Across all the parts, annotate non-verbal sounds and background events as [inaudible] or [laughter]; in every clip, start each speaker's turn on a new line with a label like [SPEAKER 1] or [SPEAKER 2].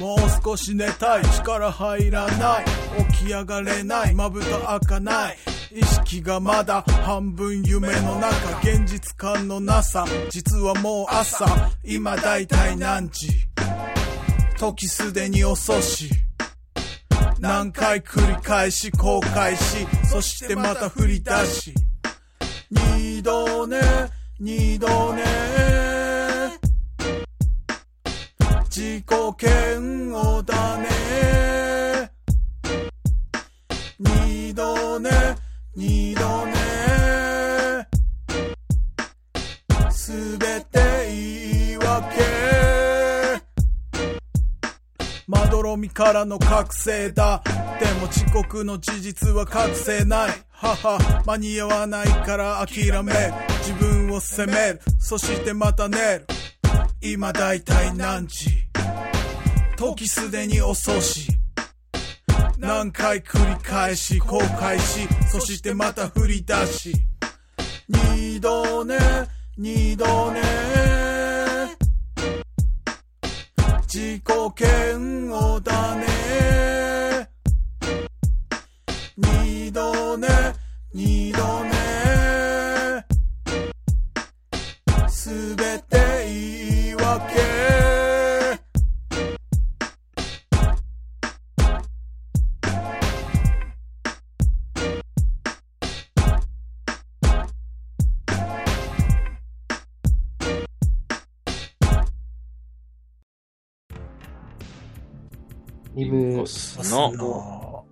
[SPEAKER 1] もう少し寝たい力入らない起き上がれないまぶた開かない意識がまだ半分夢の中現実感のなさ実はもう朝今大体何時時すでに遅し何回繰り返し後悔しそしてまた振り出し二度寝二度寝自己嫌悪だね二度寝二度寝すべて言い訳まどろみからの覚醒だでも遅刻の事実は覚醒ない母間に合わないから諦める自分を責めるそしてまた寝る今大体何時時すでに遅し何回繰り返し後悔しそしてまた振り出し二度寝二度寝自己嫌悪だね二度寝二度寝すべて言い訳
[SPEAKER 2] リ
[SPEAKER 3] リ
[SPEAKER 2] ム
[SPEAKER 3] ム
[SPEAKER 2] ス
[SPEAKER 3] ス
[SPEAKER 2] の
[SPEAKER 4] の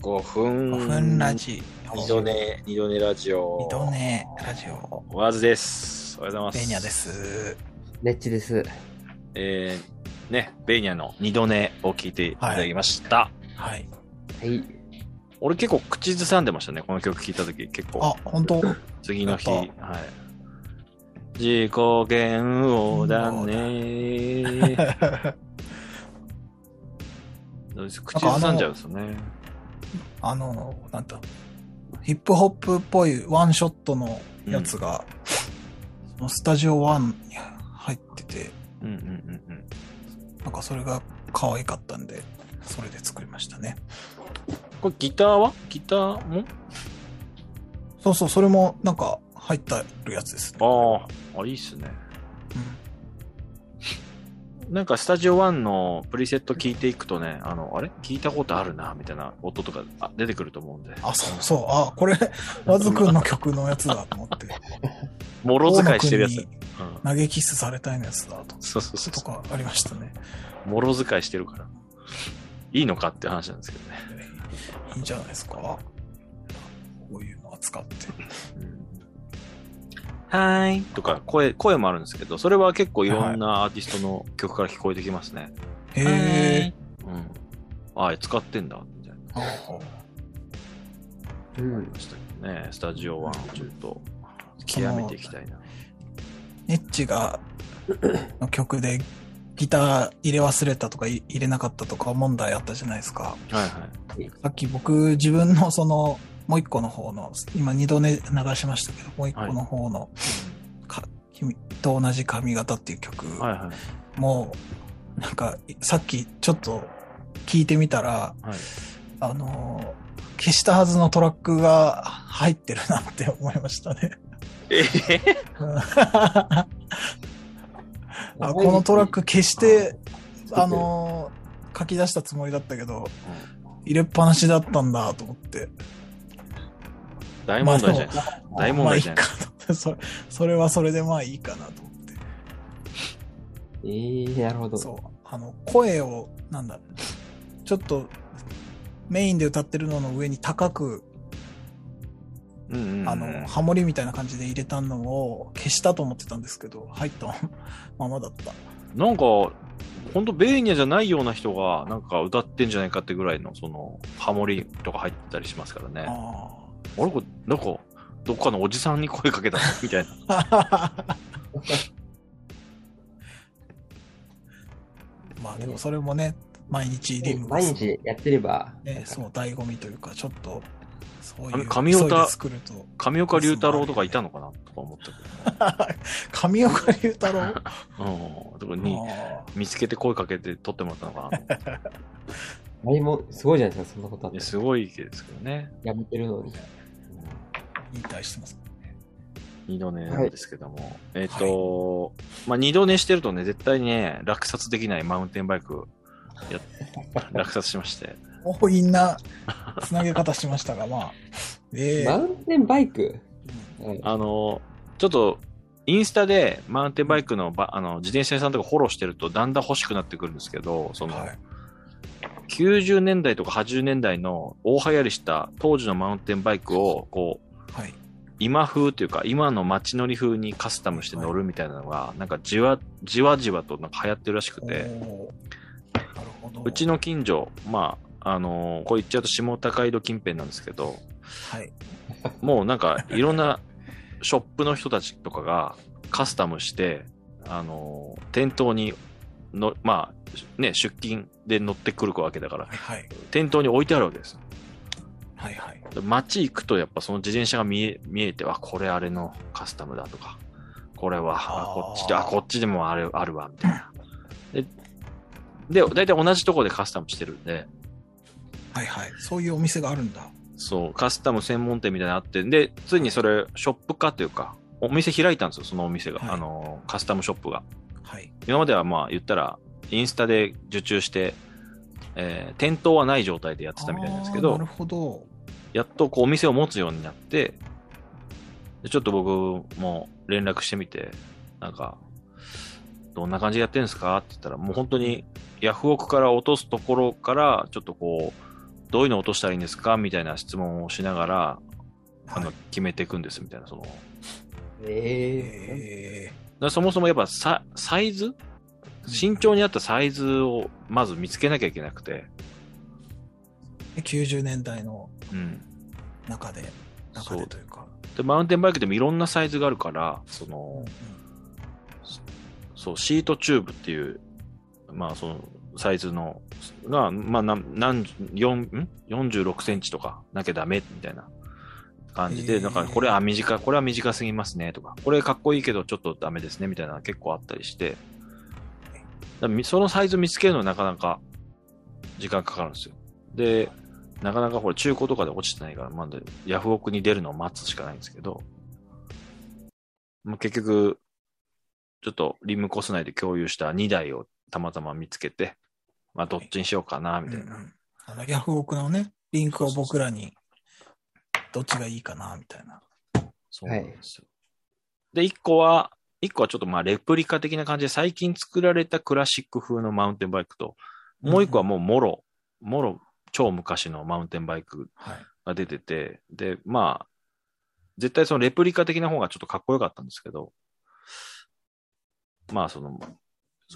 [SPEAKER 2] 5分。
[SPEAKER 4] 5分ラジオ。
[SPEAKER 2] 二度。寝、二度寝ラジオ。
[SPEAKER 4] 二度。寝ラジオ。
[SPEAKER 2] ワーズです。おはようございます。
[SPEAKER 4] ベニャで。す。
[SPEAKER 3] レッチです。
[SPEAKER 2] えー、ね、ベニャの二度寝を聞いていただきました。
[SPEAKER 4] はい。
[SPEAKER 3] はい。
[SPEAKER 2] 俺結構口ずさんでましたね、この曲聞いたとき。結構。
[SPEAKER 4] あ、本当
[SPEAKER 2] 次の日。
[SPEAKER 4] や
[SPEAKER 2] は
[SPEAKER 4] っ
[SPEAKER 2] い。自己嫌悪だね。口ずさんじゃうんですよね。
[SPEAKER 4] あの、なんだ。ヒップホップっぽいワンショットのやつが、そのスタジオワンに入ってて、
[SPEAKER 2] うんうんうんうん。
[SPEAKER 4] なんかそれが可愛かったんで、それで作りましたね。
[SPEAKER 2] これギターはギターも
[SPEAKER 4] そうそう、それもなんか入ったるやつですね。
[SPEAKER 2] ああ、あれいいっすね。なんかスタジオ1のプリセット聞いていくとね、あの、あれ聞いたことあるな、みたいな音とかあ出てくると思うんで。
[SPEAKER 4] あ、そうそう、あ、これ、和ズくんの曲のやつだと思
[SPEAKER 2] [laughs]
[SPEAKER 4] って。
[SPEAKER 2] もろ使いしてるやつ。う
[SPEAKER 4] 大野
[SPEAKER 2] ん
[SPEAKER 4] くんに。投げキスされたいのやつだと。
[SPEAKER 2] そうそうそう
[SPEAKER 4] と。かありましたね。
[SPEAKER 2] もろ使いしてるから。いいのかって話なんですけどね。
[SPEAKER 4] いいんじゃないですか。こういうのを使って。
[SPEAKER 2] はーい。とか、声、声もあるんですけど、それは結構いろんなアーティストの曲から聞こえてきますね。
[SPEAKER 4] へえ。
[SPEAKER 2] うん。ああ、使ってんだ、みたいな。
[SPEAKER 4] あ
[SPEAKER 3] うん。
[SPEAKER 2] ねスタジオ1をちょっと、
[SPEAKER 4] そ
[SPEAKER 2] 極
[SPEAKER 4] の
[SPEAKER 2] めていきたいな。
[SPEAKER 4] ネッチが、の曲でギター入れ忘れたとかい入れなかったとか問題あったじゃないですか。
[SPEAKER 2] はいはい。
[SPEAKER 4] さっき僕自分のその、もう一個の方の、今二度ね流しましたけど、もう一個の方の、か君と同じ髪型っていう曲。
[SPEAKER 2] はいはい。
[SPEAKER 4] もう、なんか、さっきちょっと聞いてみたら、
[SPEAKER 2] はい
[SPEAKER 4] あのー、消したはずのトラックが入ってるなって思いましたね。
[SPEAKER 2] ええ [laughs]
[SPEAKER 4] あこのトラック消して、
[SPEAKER 3] あ
[SPEAKER 4] あのー、書き出したつもりだったけど、入れっぱなしだったんだと思って。
[SPEAKER 2] 大問題じゃない
[SPEAKER 4] ま
[SPEAKER 2] ですか。
[SPEAKER 4] あでも
[SPEAKER 2] 大問題じゃない
[SPEAKER 4] まあいいかと思って [laughs] それ。それはそれでまあいいかなと思って。
[SPEAKER 3] えー、なるほど。
[SPEAKER 4] そう。あの、声を、なんだろうちょっと、メインで歌ってるのの上に高く、
[SPEAKER 2] うんうんうん
[SPEAKER 4] あの、ハモリみたいな感じで入れたのを消したと思ってたんですけど、入ったままだった。
[SPEAKER 2] なんか、ほんとベーニャじゃないような人が、なんか歌ってんじゃないかってぐらいの、その、ハモリとか入ってたりしますからね。あ
[SPEAKER 4] あ
[SPEAKER 2] れこれ、なんか、どっかのおじさんに声か
[SPEAKER 4] [laughs]
[SPEAKER 2] けたのみたいな。
[SPEAKER 4] あ。 [laughs] まあでもそれもね、毎日リ
[SPEAKER 3] ね
[SPEAKER 4] ムが
[SPEAKER 3] 毎日やってれば、
[SPEAKER 4] ね、そう、醍醐味というか、ちょっとそういう、
[SPEAKER 2] 神神歌
[SPEAKER 4] 急いで作ると。 [laughs]
[SPEAKER 2] 神岡龍太郎とかいたのかなとか思った
[SPEAKER 4] 神岡龍太郎
[SPEAKER 2] けど。うん。とかに、
[SPEAKER 4] あ
[SPEAKER 2] 見つけて声かけて撮ってもらったのかなと
[SPEAKER 4] [laughs]
[SPEAKER 2] 思って。
[SPEAKER 3] あれもすごいじゃないですか、そんなことあっ
[SPEAKER 2] い
[SPEAKER 3] て
[SPEAKER 2] や。すごいですけどね。
[SPEAKER 3] やめてるのに。
[SPEAKER 4] ー引退してます。
[SPEAKER 2] 二度寝なんですけども。えっ、と、まあ、二度寝してるとね、絶対にね、落札できないマウンテンバイク、
[SPEAKER 4] [laughs]
[SPEAKER 2] や、落札しまして。
[SPEAKER 4] 強引なつなげ方しましたが、まあ。ええ
[SPEAKER 3] マウンテンバイクはい
[SPEAKER 2] あの、ちょっと、インスタでマウンテンバイクのばあの自転車屋さんとかフォローしてるとだんだん欲しくなってくるんですけど、その、
[SPEAKER 4] はい。
[SPEAKER 2] 90年代とか80年代の大流行りした当時のマウンテンバイクを、こう、
[SPEAKER 4] はい。
[SPEAKER 2] 今風というか、今の街乗り風にカスタムして乗るみたいなのが、なんかじわ、じわじわとなんか流行ってるらしく
[SPEAKER 4] お
[SPEAKER 2] て、
[SPEAKER 4] ーなるほど。
[SPEAKER 2] うちの近所、まあ、あのーこう言っちゃうと下高井戸近辺なんですけど、
[SPEAKER 4] はい。
[SPEAKER 2] もうなんかいろんなショップの人たちとかがカスタムして、あのー店頭にの、まあ、ね、出勤で乗ってくるわけだから、
[SPEAKER 4] はい。はい。
[SPEAKER 2] 店頭に置いてあるわけです。
[SPEAKER 4] はい。はい。
[SPEAKER 2] 街行くとやっぱその自転車が見え、見えて、あ、これあれのカスタムだとか、これは、
[SPEAKER 4] あ
[SPEAKER 2] あ
[SPEAKER 4] ー
[SPEAKER 2] こっちで、あ、こっちでもある、あるわ、みたいな。で、で、大体同じとこでカスタムしてるんで、
[SPEAKER 4] はい。はい。そういうお店があるんだ。
[SPEAKER 2] そう、カスタム専門店みたいなのあって、で、ついにそれ、ショップ化というか、お店開いたんですよ、そのお店が。
[SPEAKER 4] はい
[SPEAKER 2] あの、カスタムショップが。
[SPEAKER 4] はい。
[SPEAKER 2] 今まではまあ、言ったら、インスタで受注して、えー店頭はない状態でやってたみたいなんですけ
[SPEAKER 4] あー
[SPEAKER 2] ど
[SPEAKER 4] なる、ほど。
[SPEAKER 2] やっとこう、お店を持つようになって、でちょっと僕も連絡してみて、なんか、どんな感じでやってるんですかって言ったら、もう本当に、ヤフオクから落とすところから、ちょっとこう、どういうの落としたらいいんですかみたいな質問をしながら、あの
[SPEAKER 4] はい、
[SPEAKER 2] 決めていくんですみたいな、その、だか
[SPEAKER 3] ええ
[SPEAKER 4] え
[SPEAKER 2] らそもそもやっぱササイズ身長に合ったサイズをまず見つけなきゃいけなくて、
[SPEAKER 4] ー、90年代の
[SPEAKER 2] うん。
[SPEAKER 4] 中で、中でというか。
[SPEAKER 2] で、マウンテンバイクでもいろんなサイズがあるから、その、そう、シートチューブっていう、まあその、サイズの、が、まあ、なん、なん、四ん ?46 センチとかなきゃダメみたいな感じ
[SPEAKER 4] へ
[SPEAKER 2] で、
[SPEAKER 4] ー
[SPEAKER 2] なんか、これは短い、これは短すぎますねとか、これかっこいいけどちょっとダメですねみたいなのが結構あったりして、だからみそのサイズ見つけるのはなかなか時間かかるんですよ。で、なかなかほら中古とかで落ちてないから、まだヤフオクに出るのを待つしかないんですけど、まあ、結局、ちょっとリムコス内で共有した2台をたまたま見つけて、まあどっちにしようかな、みたいな。
[SPEAKER 4] うんあのヤフオクのね、リンクを僕らに、どっちがいいかな、みたいな。
[SPEAKER 2] そうなんですよ。で、1個は、一個はちょっとまあレプリカ的な感じで最近作られたクラシック風のマウンテンバイクと、もう1個はもうもろ、もろ超昔のマウンテンバイク
[SPEAKER 4] はい。
[SPEAKER 2] が出てて、で、まあ、絶対そのレプリカ的な方がちょっとかっこよかったんですけど、まあその、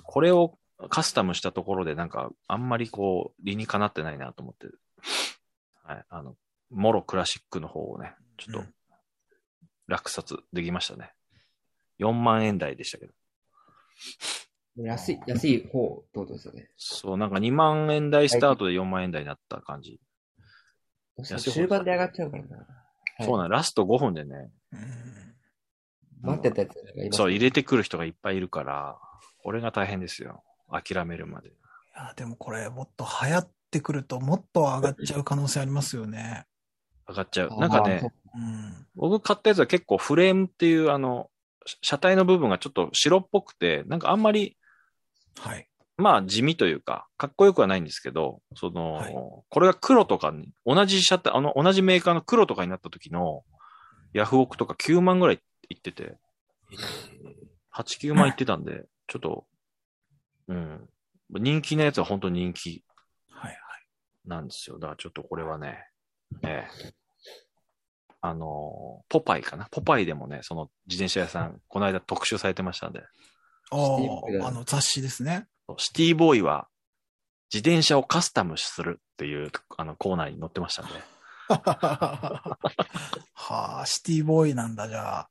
[SPEAKER 2] これをカスタムしたところでなんかあんまりこう理にかなってないなと思って、はい、あの、モロクラシックの方をね、ちょっ
[SPEAKER 4] う
[SPEAKER 2] と
[SPEAKER 4] ん
[SPEAKER 2] 落札できましたね。4万円台でしたけど。
[SPEAKER 3] 安い、安い方ってことですよね。
[SPEAKER 2] そう、なんか2万円台スタートで4万円台になった感じ。安い方です
[SPEAKER 3] 終盤で上がっちゃうからな。はい
[SPEAKER 2] そうなん、ラスト5分でね、
[SPEAKER 4] うん
[SPEAKER 3] 待ってたやつが今。
[SPEAKER 2] そう、入れてくる人がいっぱいいるから、これが大変ですよ。諦めるまで。
[SPEAKER 4] いや、でもこれ、もっと流行ってくると、もっと上がっちゃう可能性ありますよね。
[SPEAKER 2] 上がっちゃう。
[SPEAKER 3] あー
[SPEAKER 2] なんかね、、
[SPEAKER 4] うん。
[SPEAKER 2] 僕買ったやつは結構フレームっていう、あの、し車体の部分がちょっと白っぽくて、なんかあんまり、
[SPEAKER 4] はい。
[SPEAKER 2] まあ地味というか、かっこよくはないんですけど、その、
[SPEAKER 4] はい
[SPEAKER 2] これが黒とかに、同じ車体、あの、同じメーカーの黒とかになった時の、ヤフオクとか9万ぐらいいってて、8、9万いってたんで、ちょっと、うん、人気なやつは本当に人気
[SPEAKER 4] はい。
[SPEAKER 2] なんですよ。だからちょっとこれはね、ええ。あのー、ポパイかな。ポパイでもね、その自転車屋さん、この間特集されてましたんで、
[SPEAKER 3] ティーブック
[SPEAKER 4] あ
[SPEAKER 3] だ
[SPEAKER 4] あ、あの雑誌です
[SPEAKER 2] [laughs]
[SPEAKER 4] ね。
[SPEAKER 2] シティボーイは自転車をカスタムするっていうあのコーナーに載ってましたんで、
[SPEAKER 4] はあ、シティボーイなんだ、じゃあ。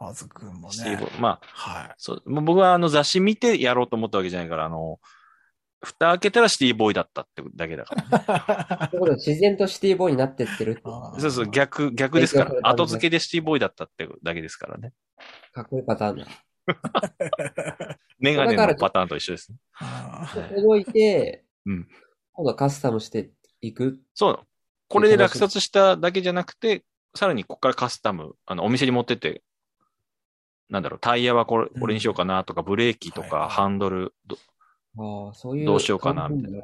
[SPEAKER 4] あずくんも
[SPEAKER 2] シティボ
[SPEAKER 4] ね。
[SPEAKER 2] ーイ。まあ、
[SPEAKER 4] は
[SPEAKER 2] そうもう僕はあの雑誌見てやろうと思ったわけじゃないから、あの、蓋開けたらシティボーイだったってだけだから、ね。
[SPEAKER 3] ということで自然とシティボーイになってってるってい
[SPEAKER 4] [laughs]
[SPEAKER 3] う
[SPEAKER 4] あー
[SPEAKER 2] そうそう、逆、逆ですか
[SPEAKER 3] 勉強され
[SPEAKER 2] ら。
[SPEAKER 3] たんで
[SPEAKER 2] 後付けでシティボーイだったってだけですからね。
[SPEAKER 3] かっこいいパターンだ。
[SPEAKER 2] メガネのパターンと一緒ですね。
[SPEAKER 4] あー
[SPEAKER 3] 届いて、
[SPEAKER 2] うん
[SPEAKER 3] 今度はカスタムしていく。
[SPEAKER 2] そうなの。これで落札しただけじゃなくて、さらにここからカスタム、あの、お店に持ってって、なんだろう、タイヤはこれ、これにしようかなとか、ブレーキと
[SPEAKER 4] はいは
[SPEAKER 2] か、
[SPEAKER 4] い
[SPEAKER 2] ハンドル、ど
[SPEAKER 3] ああ、そういう。
[SPEAKER 2] どうしようかなみたい
[SPEAKER 3] な。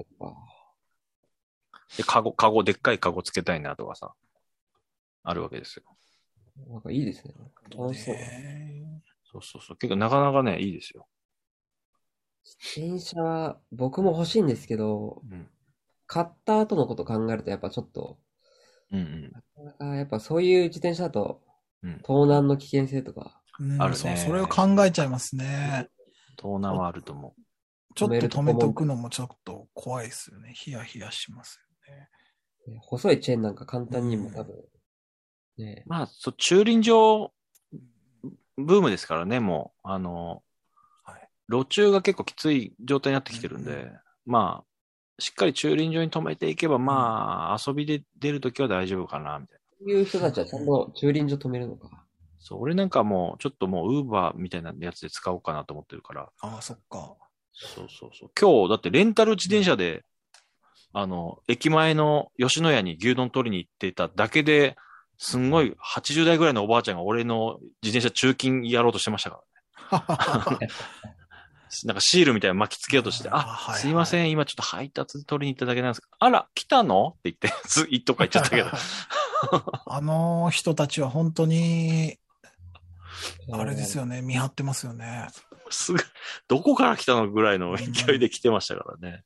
[SPEAKER 2] で、カゴ、カゴ、でっかいカゴつけたいなとかさ、あるわけですよ。
[SPEAKER 3] なんかいいですね。楽しそう。
[SPEAKER 4] ね
[SPEAKER 2] そうそうそう。結構なかなかね、いいですよ。
[SPEAKER 3] 自転車は僕も欲しいんですけど、
[SPEAKER 2] うん。
[SPEAKER 3] 買った後のこと考えるとやっぱちょっと、
[SPEAKER 2] うん
[SPEAKER 3] なかなかやっぱそういう自転車だと
[SPEAKER 2] うん、
[SPEAKER 3] 盗難の危険性とか、
[SPEAKER 4] うん
[SPEAKER 2] あるね
[SPEAKER 4] そう、それを考えちゃいますね。
[SPEAKER 2] 盗難はあると思う。
[SPEAKER 4] ちょっと止めとくのもちょっと怖いですよね。ヒヤヒヤしますよね。
[SPEAKER 3] 細いチェーンなんか簡単にも多分、ね、
[SPEAKER 2] まあ、そう、駐輪場、ブームですからね、もう。あの、
[SPEAKER 4] はい
[SPEAKER 2] 路中が結構きつい状態になってきてるんで、
[SPEAKER 4] うんう
[SPEAKER 2] まあ、しっかり駐輪場に止めていけば、まあ、遊びで出るときは大丈夫かな、みたいな。
[SPEAKER 3] そういう人たちはちゃんと駐輪場止めるのか。
[SPEAKER 2] そう、俺なんかもう、ちょっともう、ウーバーみたいなやつで使おうかなと思ってるから、
[SPEAKER 4] ああ、そっ [laughs] か。
[SPEAKER 2] そうそうそう。今日、だってレンタル自転車で、あの、駅前の吉野家に牛丼取りに行ってただけで、すんごい80代ぐらいのおばあちゃんが俺の自転車中金やろうとしてましたから。なんかシールみたいなの巻きつけようとして、
[SPEAKER 4] あ
[SPEAKER 2] あ、
[SPEAKER 4] はいはい
[SPEAKER 2] すいません、今ちょっと配達で取りに行っただけなんですけど、あら、来たのって言って、ずいっとか言っちゃったけど。
[SPEAKER 4] [laughs] あの人たちは本当に、あれです
[SPEAKER 3] よ。
[SPEAKER 4] よね。見張ってますよね。
[SPEAKER 2] すぐ、どこから来たのぐらいの勢いで来てました
[SPEAKER 4] [laughs]
[SPEAKER 2] からね。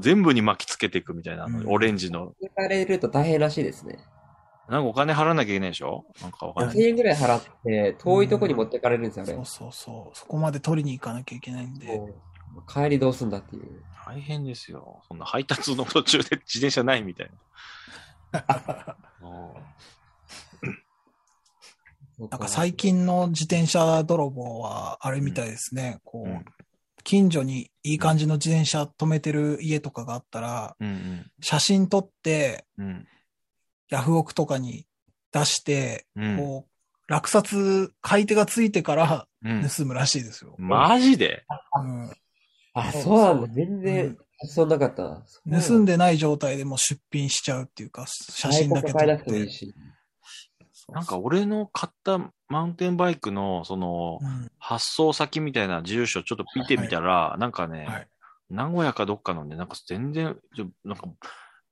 [SPEAKER 2] 全部に巻きつけていくみたいな、あの
[SPEAKER 4] うん
[SPEAKER 2] オレンジの。
[SPEAKER 3] 抜かれると大変らしいですね。
[SPEAKER 2] なんかお金払わなきゃいけないでしょなんかわかんない。
[SPEAKER 3] 1000円ぐらい払って、遠いとこに持ってかれるんですよ、あれ。
[SPEAKER 4] そうそうそう。そこまで取りに行かなきゃいけないんで。
[SPEAKER 3] もう帰りどうすんだっていう。
[SPEAKER 2] 大変ですよ。そんな配達の途中
[SPEAKER 4] [laughs]
[SPEAKER 2] で自転車ないみたいな。うん
[SPEAKER 4] なんか最近の自転車泥棒は、あれみたいですね。こう、
[SPEAKER 2] うん
[SPEAKER 4] 近所にいい感じの自転車止めてる家とかがあったら、
[SPEAKER 2] うん
[SPEAKER 4] 写真撮って、
[SPEAKER 2] うん。
[SPEAKER 4] ヤフオクとかに出して、
[SPEAKER 2] うん。うん
[SPEAKER 4] こう、落札、買い手がついてから
[SPEAKER 2] うん。
[SPEAKER 4] 盗むらしいですよ。
[SPEAKER 2] マジで
[SPEAKER 4] うん
[SPEAKER 3] あ、
[SPEAKER 4] そう
[SPEAKER 3] そうなんだ。全然、そうなかったな。
[SPEAKER 4] 盗んでない状態でもう出品しちゃうっていうか、写真だけ撮
[SPEAKER 3] 買い
[SPEAKER 4] っ
[SPEAKER 3] なくてもいい
[SPEAKER 4] て。
[SPEAKER 3] し。
[SPEAKER 2] なんか俺の買ったマウンテンバイクの、その、
[SPEAKER 4] うん
[SPEAKER 2] 発送先みたいな住所ちょっと見てみたら、なんかね、
[SPEAKER 4] はい
[SPEAKER 2] 名古屋かどっかのね、なんか全然、ちょなんか、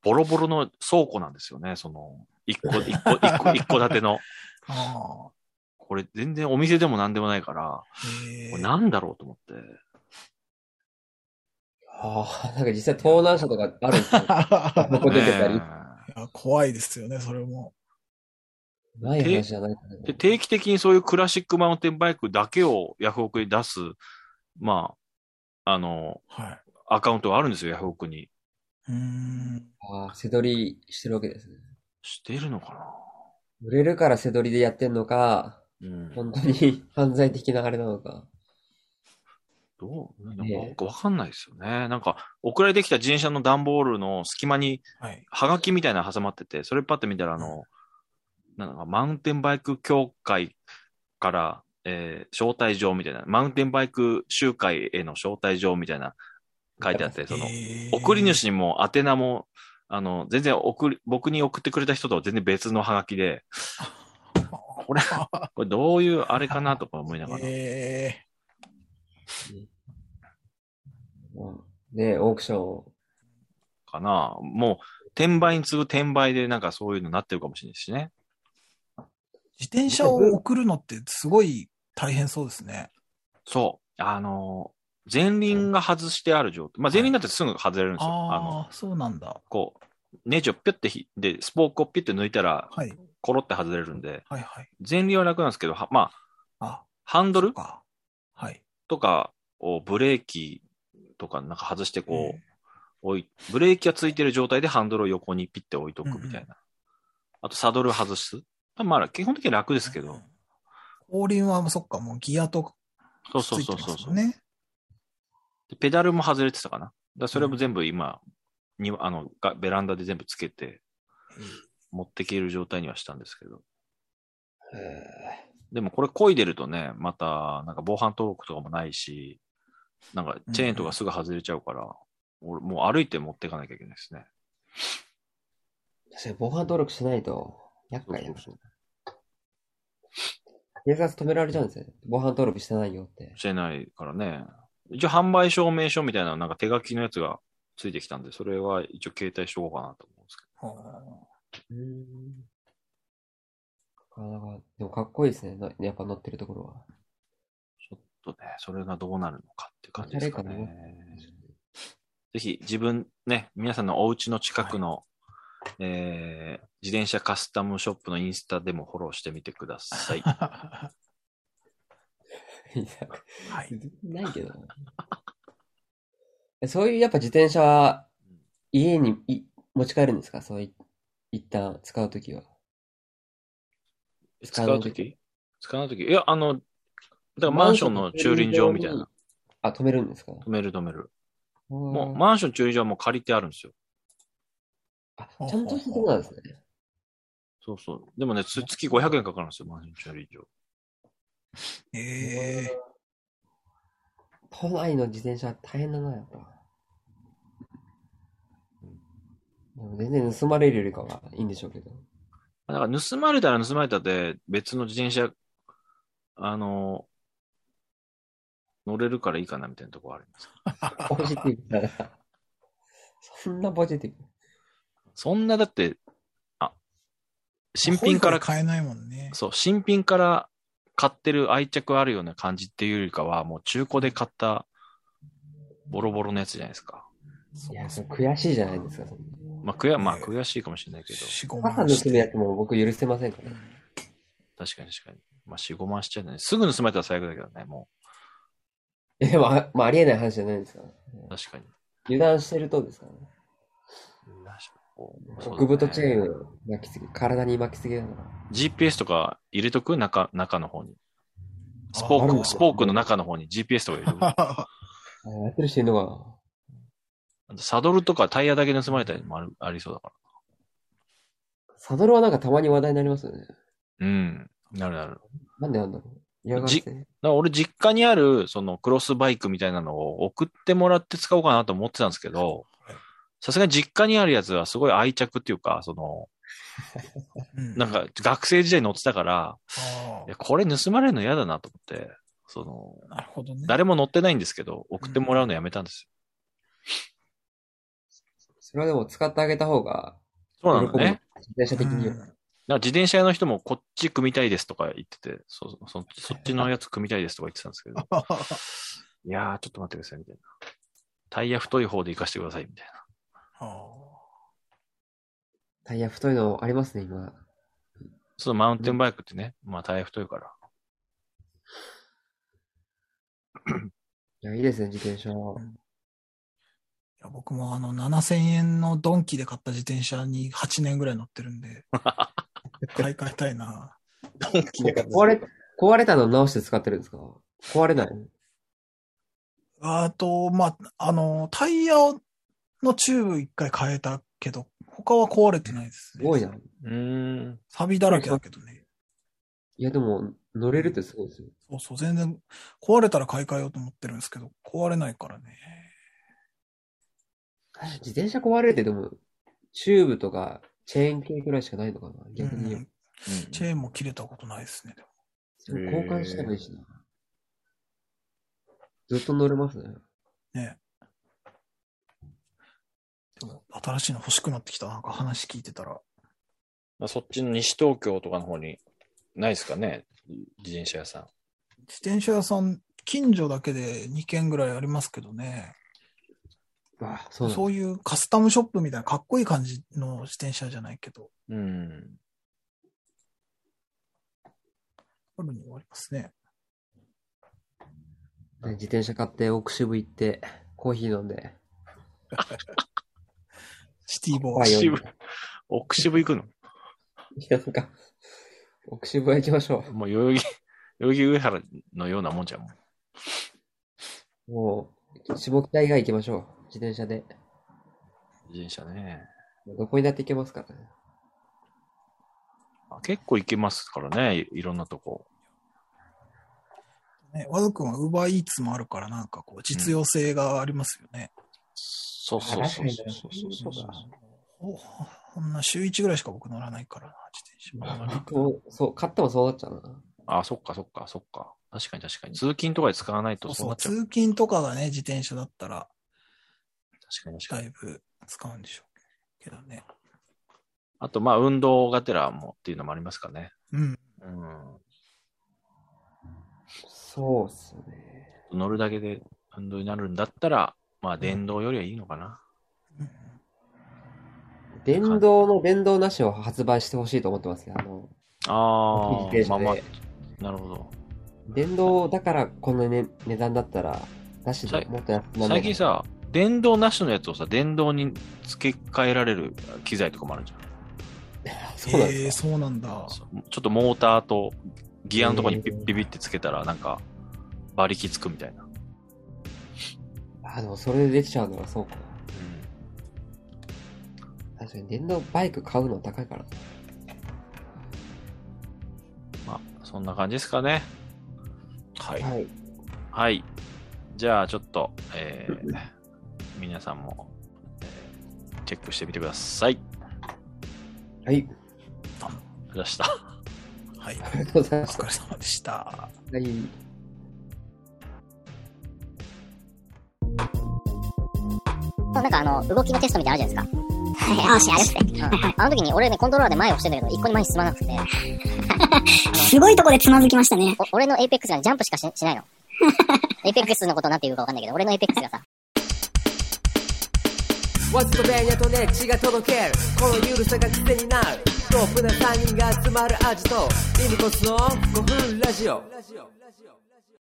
[SPEAKER 2] ボロボロの倉庫なんですよね、その、一
[SPEAKER 4] [laughs]
[SPEAKER 2] 個、一個、一個、一個建ての。
[SPEAKER 4] あ
[SPEAKER 2] これ全然お店でも何でもないから、
[SPEAKER 4] ーへー
[SPEAKER 2] これなんだろうと思って。
[SPEAKER 3] ああ、なんか実際盗難車とかあるんですよ。ここ出てたり
[SPEAKER 2] ね。
[SPEAKER 4] いや怖いですよね、それも。
[SPEAKER 3] ない話じゃないからね
[SPEAKER 2] えで定期的にそういうクラシックマウンテンバイクだけをヤフオクに出す、まあ、あの、
[SPEAKER 4] は
[SPEAKER 2] アカウントがあるんですよ、ヤフオクに。
[SPEAKER 4] い。うーん。
[SPEAKER 3] ああ、背取りしてるわけですね。
[SPEAKER 2] してるのか
[SPEAKER 3] 売れるから背取りでやってんのか、
[SPEAKER 2] なうん。
[SPEAKER 3] 本当に [laughs] 犯罪的なあれなのか。
[SPEAKER 2] どう
[SPEAKER 3] ねえ
[SPEAKER 2] なんかわかんないですよね。なんか、送られてきた自転車の段ボールの隙間に、
[SPEAKER 4] はい。
[SPEAKER 2] ハガキみたいなの挟まってて、それパッて見たら、あの、なんか、マウンテンバイク協会から、えー招待状みたいな、マウンテンバイク集会への招待状みたいな、書いてあって、その、
[SPEAKER 4] へー
[SPEAKER 2] 送り主にも宛名も、あの、全然送り、僕に送ってくれた人とは全然別のハガキで、 [laughs] これ、これどういうあれかなとか思いながら。
[SPEAKER 4] へ
[SPEAKER 3] うんねえオークションを。
[SPEAKER 2] かなもう、転売に次ぐ転売でなんかそういうのになってるかもしれないしね。
[SPEAKER 4] ー自転車を送るのってすごい大変そうですね。
[SPEAKER 2] そう。あの、前輪が外してある状態。まあ、前輪だってすぐ外れるんですよ。あの、
[SPEAKER 4] ああ、そうなんだ。
[SPEAKER 2] こう、ネジをピュッてひ、で、スポークをピュッて抜いたら、
[SPEAKER 4] はい。
[SPEAKER 2] コロって外れるんで、
[SPEAKER 4] はいはい。
[SPEAKER 2] 前輪は楽なんですけど、はまあ、
[SPEAKER 4] あ、
[SPEAKER 2] ハンド
[SPEAKER 4] そ
[SPEAKER 2] ル
[SPEAKER 4] っか。はい。
[SPEAKER 2] とかをブレーキとかなんか外してこう、
[SPEAKER 4] えー
[SPEAKER 2] 置い、ブレーキがついてる状態でハンドルを横にピッて置いとくみたいな。
[SPEAKER 4] うんうん
[SPEAKER 2] あとサドル外す。まあ、基本的には楽ですけど。。
[SPEAKER 4] 後輪は、そっか、もうギアとくっ
[SPEAKER 2] そう
[SPEAKER 4] つ
[SPEAKER 2] そう
[SPEAKER 4] い
[SPEAKER 2] そ
[SPEAKER 4] て
[SPEAKER 2] う
[SPEAKER 4] ます
[SPEAKER 2] そ
[SPEAKER 4] も
[SPEAKER 2] う
[SPEAKER 4] んね。
[SPEAKER 2] でペダルも外れてたかな。だからそれも全部今、にあのがベランダで全部つけて、持ってける状態にはしたんですけど。
[SPEAKER 3] へえ
[SPEAKER 2] でもこれ漕いでるとね、また、なんか防犯登録とかもないし、なんかチェーンとかすぐ外れちゃうから、俺もう歩いて持っていかなきゃいけないですね。
[SPEAKER 3] それ防犯登録しないと、厄
[SPEAKER 2] そう
[SPEAKER 3] 介
[SPEAKER 2] そ
[SPEAKER 3] や
[SPEAKER 2] う
[SPEAKER 3] な。
[SPEAKER 2] そう
[SPEAKER 3] 警察止められちゃうんですよ。防犯登録してないよって。
[SPEAKER 2] してないからね。一応販売証明書みたいな、なんか手書きのやつがついてきたんで、それは一応携帯しとこうかなと思うんですけ
[SPEAKER 4] あー
[SPEAKER 3] うーん。なかなか、でもかっこいいですね。なやっぱ乗ってるところは。 [laughs]
[SPEAKER 2] ど、ちょっとね、それがどうなるのかっていう感じですかね
[SPEAKER 3] 誰か。
[SPEAKER 2] ぜひ自分ね、皆さんのお家の近くの、えー自転車カスタムショップのインスタでもフォローしてみてください。
[SPEAKER 3] いや
[SPEAKER 4] はい。
[SPEAKER 3] ないけど。 [laughs] えそういうやっぱ自転車は家にい持ち帰るんですかそうい一旦使うときは。
[SPEAKER 2] 使うとき使うときいや、あの、だからマンションの駐輪場みたいな。。
[SPEAKER 3] あ、止めるんですか
[SPEAKER 2] 止める止める。も
[SPEAKER 3] も
[SPEAKER 2] う、マンション駐輪場はもう借りてあるんですよ。
[SPEAKER 3] あ、ちゃんとしたとこなんですね。
[SPEAKER 2] そうそう。でもね、つ月500円かかるんですよ、マンション駐輪場。
[SPEAKER 4] ええ
[SPEAKER 3] 都内の自転車大変だな、やっぱ。でも全然盗まれるよりかはいいんでしょうけ
[SPEAKER 2] [laughs]
[SPEAKER 3] ど。
[SPEAKER 2] だから盗まれたら盗まれたで、別の自転車、あの、乗れるからいいかなみたいなところあります。
[SPEAKER 3] ポジティブだな。そんなポジティブ。
[SPEAKER 2] そんなだって、あ、 [laughs] 新品から、
[SPEAKER 4] 買えないもんね。
[SPEAKER 2] そう、新品から買ってる愛着あるような感じっていうよりかは、もう中古で買ったボロボロのやつじゃないですか。
[SPEAKER 3] いや、それ悔しいじゃないですか。そんな
[SPEAKER 2] まあ、悔や、まあ、
[SPEAKER 4] ね
[SPEAKER 2] 悔しいかもしれないけど、
[SPEAKER 4] 四五
[SPEAKER 3] 傘
[SPEAKER 4] 万し
[SPEAKER 3] 盗むや
[SPEAKER 4] て。
[SPEAKER 3] つも僕許せませんから。
[SPEAKER 2] 確かに確かに。まあ、4、5万しちゃうね。すぐ盗まれたら最悪だけどね、も
[SPEAKER 3] え、でもあ、まあ、ありえない話じゃないですから。
[SPEAKER 2] う、確かに。
[SPEAKER 3] 油断してるとですからね。
[SPEAKER 2] 確かにこうそうだね
[SPEAKER 3] 極太チェーンを巻きすぎ、体に巻きすぎだな。
[SPEAKER 2] GPS とか入れとく中、中の方に。スポ
[SPEAKER 3] あある
[SPEAKER 2] ー
[SPEAKER 3] の
[SPEAKER 2] ク、スポークの中の方に GPS とか入
[SPEAKER 3] [laughs]
[SPEAKER 2] れとく。
[SPEAKER 3] あやってる人いるのか
[SPEAKER 2] あとサドルとかタイヤだけ盗まれたりもあるありそうだか
[SPEAKER 3] な。サドルはなんかたまに話題になりますよね。
[SPEAKER 2] ら。うん。なるなる。だか
[SPEAKER 3] なんでなんだろう。嫌がら
[SPEAKER 2] じ
[SPEAKER 3] せ。
[SPEAKER 2] ら俺、実家にある、そのクロスバイクみたいなのを送ってもらって使おうかなと思ってたんですけど
[SPEAKER 4] はい、
[SPEAKER 2] さすがに実家にあるやつはすごい愛着っていうか、その、なん
[SPEAKER 4] か、
[SPEAKER 2] か学生時代に乗ってたから、
[SPEAKER 4] あ
[SPEAKER 2] い
[SPEAKER 4] ー
[SPEAKER 2] やこれ盗まれるの嫌だなと思って、その、
[SPEAKER 4] なるほどね。
[SPEAKER 2] 誰も乗ってないんですけど、送ってもらうのやめたんですよ。
[SPEAKER 3] それはでも使ってあげた方が、
[SPEAKER 2] そうなの
[SPEAKER 3] 喜ぶ
[SPEAKER 2] ね。。
[SPEAKER 3] 自転車的には。
[SPEAKER 4] うん
[SPEAKER 2] なんか自転車屋の人もこっち組みたいですとか言ってて、そうそそっちのやつ組みたいですとか言ってたんですけど、いやー、ちょっと待ってください、みたいな。タイヤ太い方で行かせてください、みたい
[SPEAKER 4] あ
[SPEAKER 3] タイヤ太いのありますね、今。
[SPEAKER 2] な。そのマウンテンバイクってね、まあタイヤ太いから。
[SPEAKER 3] いや、いいですね、自
[SPEAKER 2] [laughs]
[SPEAKER 3] 転車。
[SPEAKER 4] ーいや僕もあの7000円のドンキで買った自転車に8年ぐらい乗ってるん
[SPEAKER 3] [laughs]
[SPEAKER 4] で、買い替えたいな。
[SPEAKER 3] 壊れ、壊れたの直して使ってるんですか壊れない。
[SPEAKER 4] あと、まあ、あの、タイヤのチューブ一回変えたけど、他は壊れてないです
[SPEAKER 3] す
[SPEAKER 4] ね。
[SPEAKER 3] ごいな。
[SPEAKER 2] うーん。
[SPEAKER 4] 錆だらけだけどね。
[SPEAKER 3] いや、でも、乗れるってすごいですよ。
[SPEAKER 4] そうそう、全然、壊れたら買い替えようと思ってるんですけど、壊れないからね。
[SPEAKER 3] 自転車壊れるってでも、チューブとかチェーン系くらいしかないのかな逆に言えば
[SPEAKER 4] うんチェーンも切れたことないですね。でも
[SPEAKER 3] それ交換したらいいしな。ずっと乗れますね。
[SPEAKER 4] ねでも新しいの欲しくなってきた。なんか話聞いてたら。
[SPEAKER 2] まあ、そっちの西東京とかの方に、ないですかね、自転車屋さん。
[SPEAKER 4] 自転車屋さん、近所だけで2軒ぐらいありますけどね。
[SPEAKER 3] あ、そ
[SPEAKER 4] そうう
[SPEAKER 3] なんだ
[SPEAKER 4] いうカスタムショップみたいなかっこいい感じの自転車じゃないけど、
[SPEAKER 2] うん。
[SPEAKER 4] あるにはありますね。
[SPEAKER 3] ね自転車買って、奥渋行って、コーヒー飲んで。
[SPEAKER 4] シティボ
[SPEAKER 3] 怖
[SPEAKER 4] ー
[SPEAKER 3] い
[SPEAKER 4] イ。
[SPEAKER 3] よ
[SPEAKER 2] 渋奥渋行くの
[SPEAKER 3] いや、なんか、奥渋谷行きましょ
[SPEAKER 2] [laughs] もう代々木、代々木上原のようなもんじゃん。
[SPEAKER 3] う。もう、下北以外行きましょう。自転車で。
[SPEAKER 2] 自転車ね。
[SPEAKER 3] どこにだって行けますからね。
[SPEAKER 2] あ結構行けますからねい、いろんなとこ。
[SPEAKER 4] ね、和田くんは UberEats もあるから、なんかこう、実用性がありますよね。
[SPEAKER 2] そうそうそうそうそうそう
[SPEAKER 3] 確かにね
[SPEAKER 4] おこんな週1ぐらいしか僕乗らないからな、自転車もあんまり。
[SPEAKER 3] そう、そう、買ってもそうなっちゃうな。
[SPEAKER 2] あ、そっかそっかそっか。確かに確かに。通勤とかで使わない
[SPEAKER 4] そ
[SPEAKER 2] と
[SPEAKER 4] う
[SPEAKER 2] そう
[SPEAKER 4] そ
[SPEAKER 2] な
[SPEAKER 4] う、
[SPEAKER 2] っちゃう。
[SPEAKER 4] 通勤とかがね、自転車だったら、
[SPEAKER 2] 確かに確か
[SPEAKER 4] だ
[SPEAKER 2] に。
[SPEAKER 4] いぶ使うんでしょうけどね。
[SPEAKER 2] あと、まあ、運動がてらもっていうのもありますかね。
[SPEAKER 4] うん。
[SPEAKER 2] うん。
[SPEAKER 3] そうっすね。
[SPEAKER 2] 乗るだけで運動になるんだったら、まあ、電動よりはいいのかな。
[SPEAKER 4] うん
[SPEAKER 3] 電動の電動なしを発売してほしいと思ってますけど、あの、
[SPEAKER 2] あ
[SPEAKER 3] 自転車
[SPEAKER 2] あ、まあまあ
[SPEAKER 3] で、
[SPEAKER 2] なるほど。
[SPEAKER 3] 電動だからこの、ね、値段だったら、なし
[SPEAKER 2] さ
[SPEAKER 3] で
[SPEAKER 2] い
[SPEAKER 3] もっと安くなるのかな
[SPEAKER 2] 最近、さ、電動なしのやつをさ、電動に付け替えられる機材とかもあるじゃん。
[SPEAKER 3] そうなんです
[SPEAKER 4] えー、そうなんだ。
[SPEAKER 2] そうちょっとモーターとギアのとこにビ
[SPEAKER 3] へー
[SPEAKER 2] ビビってつけたら、なんか、馬力つくみたいな。
[SPEAKER 3] あ、でもそれでできちゃうのはそうか。
[SPEAKER 2] うん
[SPEAKER 3] 確かに電動バイク買うの高いからな。
[SPEAKER 2] まあ、そんな感じですかね。はい。
[SPEAKER 3] はい。
[SPEAKER 2] はい。じゃあ、ちょっと、えー、皆さんも、えーチェックしてみてください。
[SPEAKER 3] はい。
[SPEAKER 2] ありがとうございました。
[SPEAKER 4] はい。
[SPEAKER 3] ありがとうござ
[SPEAKER 4] お
[SPEAKER 3] いまし
[SPEAKER 4] 疲れ様でした。
[SPEAKER 3] た。はい。
[SPEAKER 5] なんかあの、動きのテストみたいなのあるじゃないですか。あ、し、あれっすね。あの時に俺ね、コントローラーで前を押してんだけど、一個に前に進まなくて、
[SPEAKER 6] すごいとこでつまずきましたね。
[SPEAKER 5] お俺のエイペックスが [laughs] ジャンプしかししないの。エイペックスのことなんて言うかわかんないけど、俺のエイペックスがさ、
[SPEAKER 7] わずとベニャとね血が届けるこのゆるさが癖になるトップな3人が集まるアジトリムコスの5分ラジオ